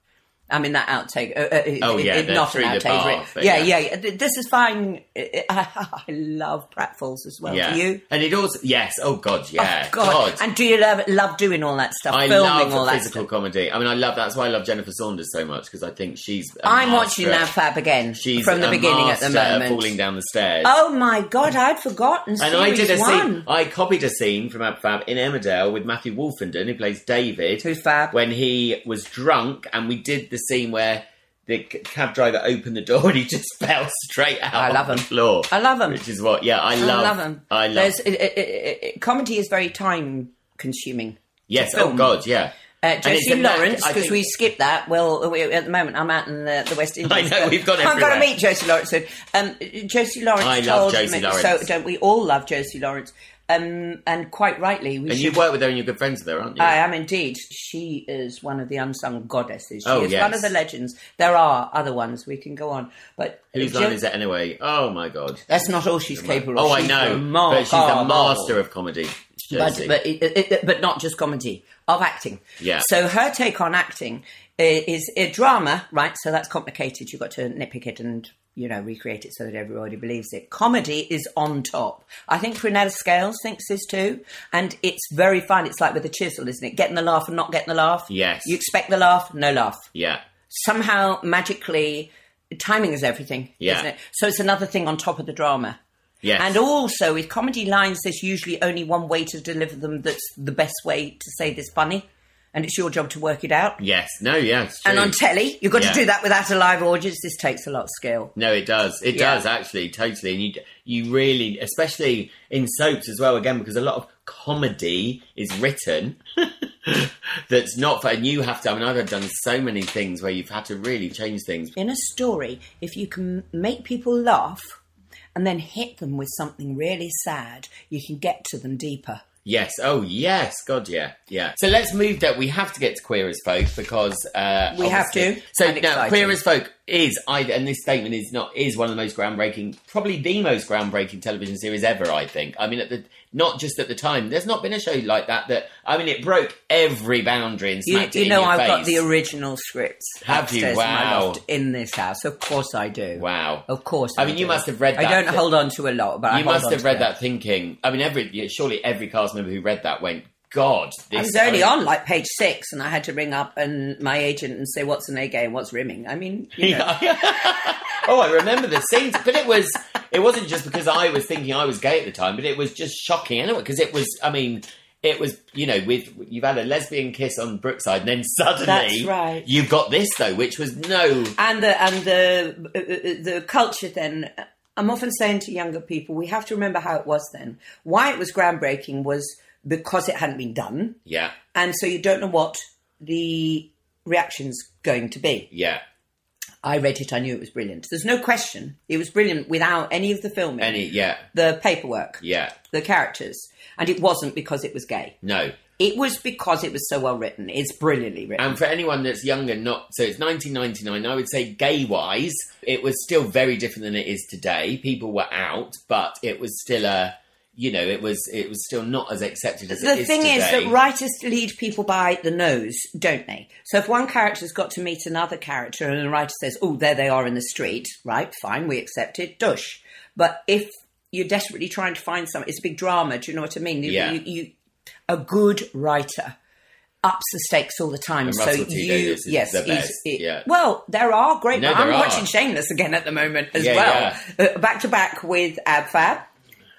I mean that outtake. Uh, uh, Oh, it- yeah, it- the- not an through the outtake. bar, really. but yeah, yeah. yeah, yeah. Th- This is fine. I, I- I love pratfalls as well. Yeah, Do you? and it also yes. Oh God, yeah, God. And do you love, love doing all that stuff? I filming love all that physical stuff. comedy. I mean, I love that's why I love Jennifer Saunders so much because I think she's. a I'm watching master at- that fab again She's from the a beginning at the master at moment. falling down the stairs. Oh my god, I'd forgotten. And Series I did a one. scene. I copied a scene from Abfab in Emmerdale with Matthew Wolfenden, who plays David. Who's fab. When he was drunk, and we did the scene where the c- cab driver opened the door and he just fell straight out I love on the him. floor. I love him. Which is what, yeah, I love. I love them. I love. There's- it- it- it- it- comedy is very time consuming. yes. Oh film. God. Yeah. Uh, And it's Josie a knack, Lawrence, I because think- we skipped that. Well, we, at the moment, I'm out in the, the West Indies. I know, but we've gone I've got everywhere. to meet Josie Lawrence soon. Um, Josie Lawrence I love told Josie me, Lawrence. so don't we all love Josie Lawrence? Um, and quite rightly, we And should you work with her, and you're good friends with her, aren't you? I am indeed. She is one of the unsung goddesses. She Oh, is yes. one of the legends. There are other ones we can go on, but Whose line is that anyway? Oh my God. That's not all she's capable of. Oh, I She's know. remarkable. But she's a master of comedy. But Josie. but, it, it, it- but not just comedy of acting. Yeah. So her take on acting i- is a drama, right? So that's complicated. You've got to nitpick it and you know recreate it so that everybody believes it. Comedy is on top. I think Prunella Scales thinks this too, and it's very fun. It's like with a chisel, isn't it? Getting the laugh and not getting the laugh. Yes. You expect the laugh, no laugh. yeah. Somehow magically, timing is everything, Yeah. isn't it? So it's another thing on top of the drama. Yes. And also, with comedy lines, there's usually only one way to deliver them that's the best way to say this funny, and it's your job to work it out. Yes. No. Yeah. it's And true. on telly, you've got Yeah. to do that without a live audience. This takes a lot of skill. No, it does. It Yeah. does actually, totally. And you you really, especially in soaps as well. Again, because a lot of comedy is written that's not for. And you have to. I mean, I've done so many things where you've had to really change things. In a story, if you can make people laugh and then hit them with something really sad, you can get to them deeper. Yes. Oh, yes. God, yeah, yeah. So let's move that. We have to get to queer as folk because uh, We have obviously- to, So and now, exciting. queer as folk is I and this statement is not is one of the most groundbreaking, probably the most groundbreaking television series ever. I think. I mean, at the not just at the time. There's not been a show like that. That I mean, it broke every boundary and You, smacked it you in know, your I've face. got the original scripts Have you? upstairs in my Wow. loft in this house. Of course, I do. wow. Of course. I mean, you do. must have read I that don't thi- hold on to a lot, but I You hold must on have to read it. that thinking. I mean, every surely every cast member who read that went, God, this I was only I mean, on like page six, and I had to ring up and my agent and say what's an A gay and what's rimming. I mean, you know, oh, I remember the scenes, but it was it wasn't just because I was thinking I was gay at the time, but it was just shocking anyway because it was. I mean, it was you know with you've had a lesbian kiss on Brookside, and then suddenly That's right. you've got this though, which was no. and the and the uh, uh, the culture. Then I'm often saying to younger people, we have to remember how it was then. Why it was groundbreaking was because it hadn't been done, Yeah, and so you don't know what the reaction's going to be. yeah. I read it, I knew it was brilliant. There's no question, it was brilliant without any of the filming, Any yeah, the paperwork, yeah. the characters, and it wasn't because it was gay. No. It was because it was so well written. It's brilliantly written. And for anyone that's younger, not so it's 1999. I would say gay wise, it was still very different than it is today. People were out, but it was still a, you know, it was it was still not as accepted as the it is thing today. is that writers lead people by the nose, don't they? So if one character's got to meet another character and the writer says, oh, there they are in the street, right, fine, we accept it, dush. But if you're desperately trying to find someone, it's a big drama, do you know what I mean? You- Yeah. you, you, a good writer ups the stakes all the time. And so Russell you, T Davies is yes, the he's- best, it- yeah. Well, there are great. No, I'm there are. watching Shameless again at the moment as Yeah, well, Uh, back to back with Ab Fab.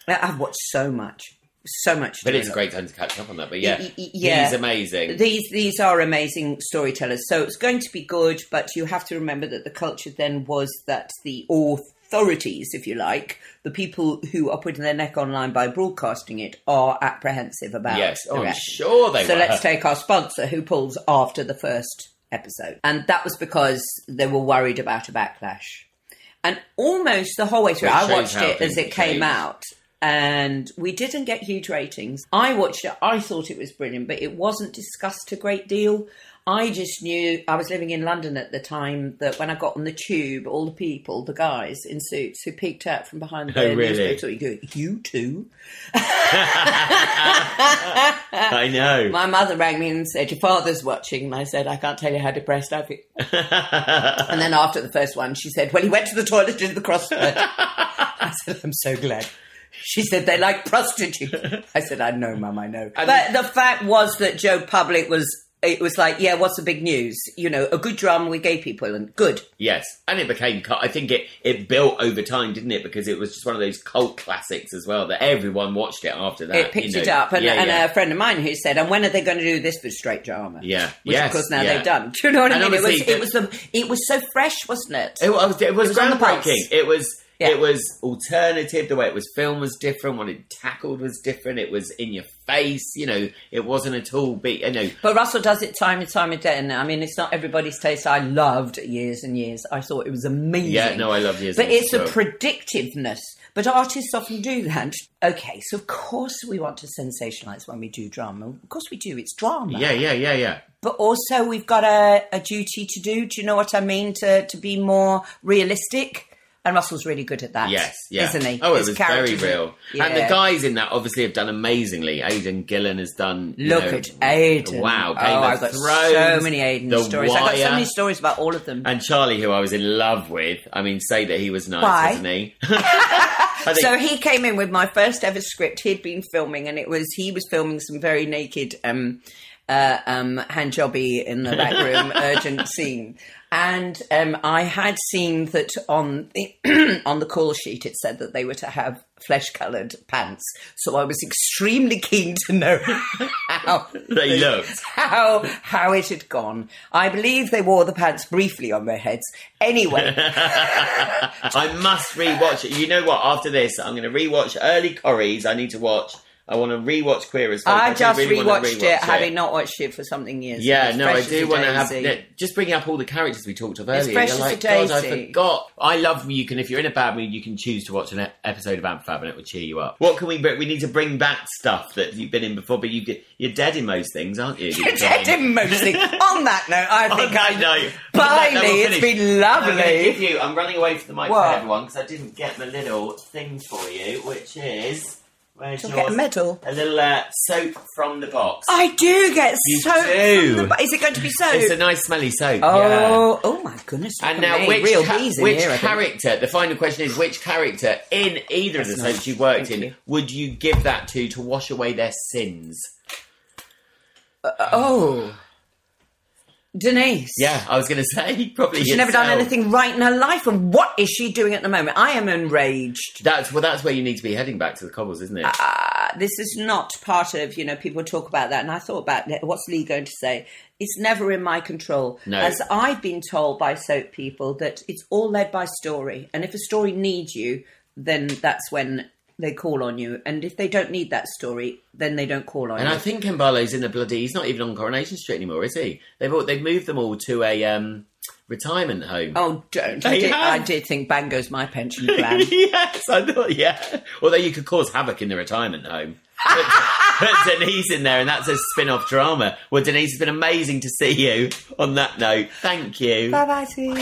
Uh, I've watched so much, so much. But during it's a lockdown. great time to catch up on that. But yeah, Y- y- yeah. he's amazing. These these are amazing storytellers. So it's going to be good, but you have to remember that the culture then was that the authorities, if you like, the people who are putting their neck online by broadcasting it, are apprehensive about. yes, or I'm reacting. sure they So were. let's take our sponsor who pulls after the first episode. And that was because they were worried about a backlash. And almost the whole way through, Which I shows watched how it things as it came change. out. And we didn't get huge ratings. I watched it, I thought it was brilliant, but it wasn't discussed a great deal. I just knew I was living in London at the time that when I got on the tube, all the people, the guys in suits who peeked out from behind the Oh, really? newspaper, you go, you too. I know. My mother rang me and said, Your father's watching. And I said, I can't tell you how depressed I feel. and then after the first one, she said, Well, he went to the toilet, did the crossword. I said, I'm so glad. She said, They like prostitutes. I said, I know, Mum, I know. but the fact was that Joe Public was, it was like, Yeah, what's the big news? You know, a good drama with gay people and good. Yes, and it became. cult- I think it it built over time, didn't it? Because it was just one of those cult classics as well that everyone watched it after that. It picked Uh, you know. it up. And, yeah, and uh, yeah. a friend of mine who said, And when are they going to do this for straight drama? Yeah. Which Yes, of course now yeah. they've done. Do you know what And I mean? It was, obviously it was the, it was so fresh, wasn't it? It was, it was, was on the pulse. groundbreaking. It was Yeah. it was alternative. The way it was filmed was different. What it tackled was different. It was in your face. You know, it wasn't at all. Be you know, But Russell does it time and time again. I mean, it's not everybody's taste. I loved years and years. I thought it was amazing. Yeah, no, I loved Years But and Years it's as the well. predictiveness. But artists often do that. Okay, so of course we want to sensationalise when we do drama. Of course we do. It's drama. yeah, yeah, yeah, yeah. But also we've got a, a duty to do. Do you know what I mean? To to be more realistic. And Russell's really good at that. Yes, yeah. Isn't he? Oh, it His was very characters- real. And Yeah. the guys in that obviously have done amazingly. Aidan Gillen has done. you Look know, at Aiden. Wow, Game oh, of I've got so Thrones, many The Aiden stories. I've got so Wire. many stories about all of them. And Charlie, who I was in love with, I mean, say that he was nice, Why? wasn't he? I think- So he came in with my first ever script. He'd been filming, and it was he was filming some very naked, um, uh, um, hand jobby in the back room, urgent scene. And um, I had seen that on the on the call sheet, it said that they were to have flesh coloured pants. So I was extremely keen to know how they looked. how how it had gone. I believe they wore the pants briefly on their heads. Anyway, I must rewatch it. You know what? After this, I'm going to rewatch early Corries. I need to watch. I want to rewatch Queer as Folk. I do just really wanna rewatched it, having not watched it for something years. Yeah, It's no, I fresh as do a want to have daisy. yeah, just bringing up all the characters we talked of earlier. fresh You're like, as a God, I daisy." forgot. I love you can if you're in a bad mood, you can choose to watch an e- episode of Amp Fab and it will cheer you up. What can we bring? We need to bring back stuff that you've been in before, but you get, you're dead in most things, aren't you? It's Ed and Mosley. On that note, I On think that I note, Finally, on that note, we're it's finished. been lovely. I'm, gonna give you, I'm running away from the mic What? for everyone because I didn't get the little thing for you, which is where's You'll yours? get a medal. A little uh, soap from the box. I do get You so. do. from the- Is it going to be so? It's a nice smelly soap. oh, yeah. oh my goodness! look And at now, me. which, real ca- bees in which here, I think. character? The final question is: Which character in either of the nice. soaps you worked Thank in you. would you give that to to wash away their sins? Oh, Denise. Yeah, I was going to say probably. She's never done yourself. anything right in her life, and what is she doing at the moment? I am enraged. That's well. That's where you need to be heading back to the cobbles, isn't it? Uh, This is not part of, you know, people talk about that, and I thought about that. what's Lee going to say? It's never in my control. No. As I've been told by soap people that it's all led by story, and if a story needs you, then that's when they call on you, and if they don't need that story, then they don't call on and you. I think Kembalo's in the bloody. He's not even on Coronation Street anymore, is he? They've all, they've moved them all to a um, retirement home. Oh, don't! I They did, I have. did think Bango's my pension plan. yes, I thought, yeah. Although you could cause havoc in the retirement home. But, but Denise in there, and that's a spin off drama. Well, Denise, it's been amazing to see you. On that note, thank you. bye bye, Sue.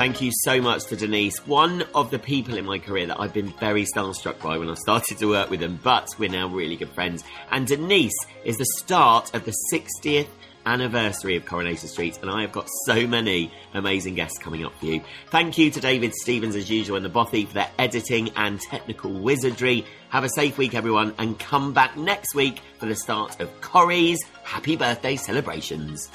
Thank you so much to Denise, one of the people in my career that I've been very starstruck by when I started to work with them, but we're now really good friends. And Denise is the start of the 60th anniversary of Coronation Street, and I have got so many amazing guests coming up for you. Thank you to David Stevens, as usual, and the Bothy for their editing and technical wizardry. Have a safe week, everyone, and come back next week for the start of Corrie's Happy Birthday celebrations.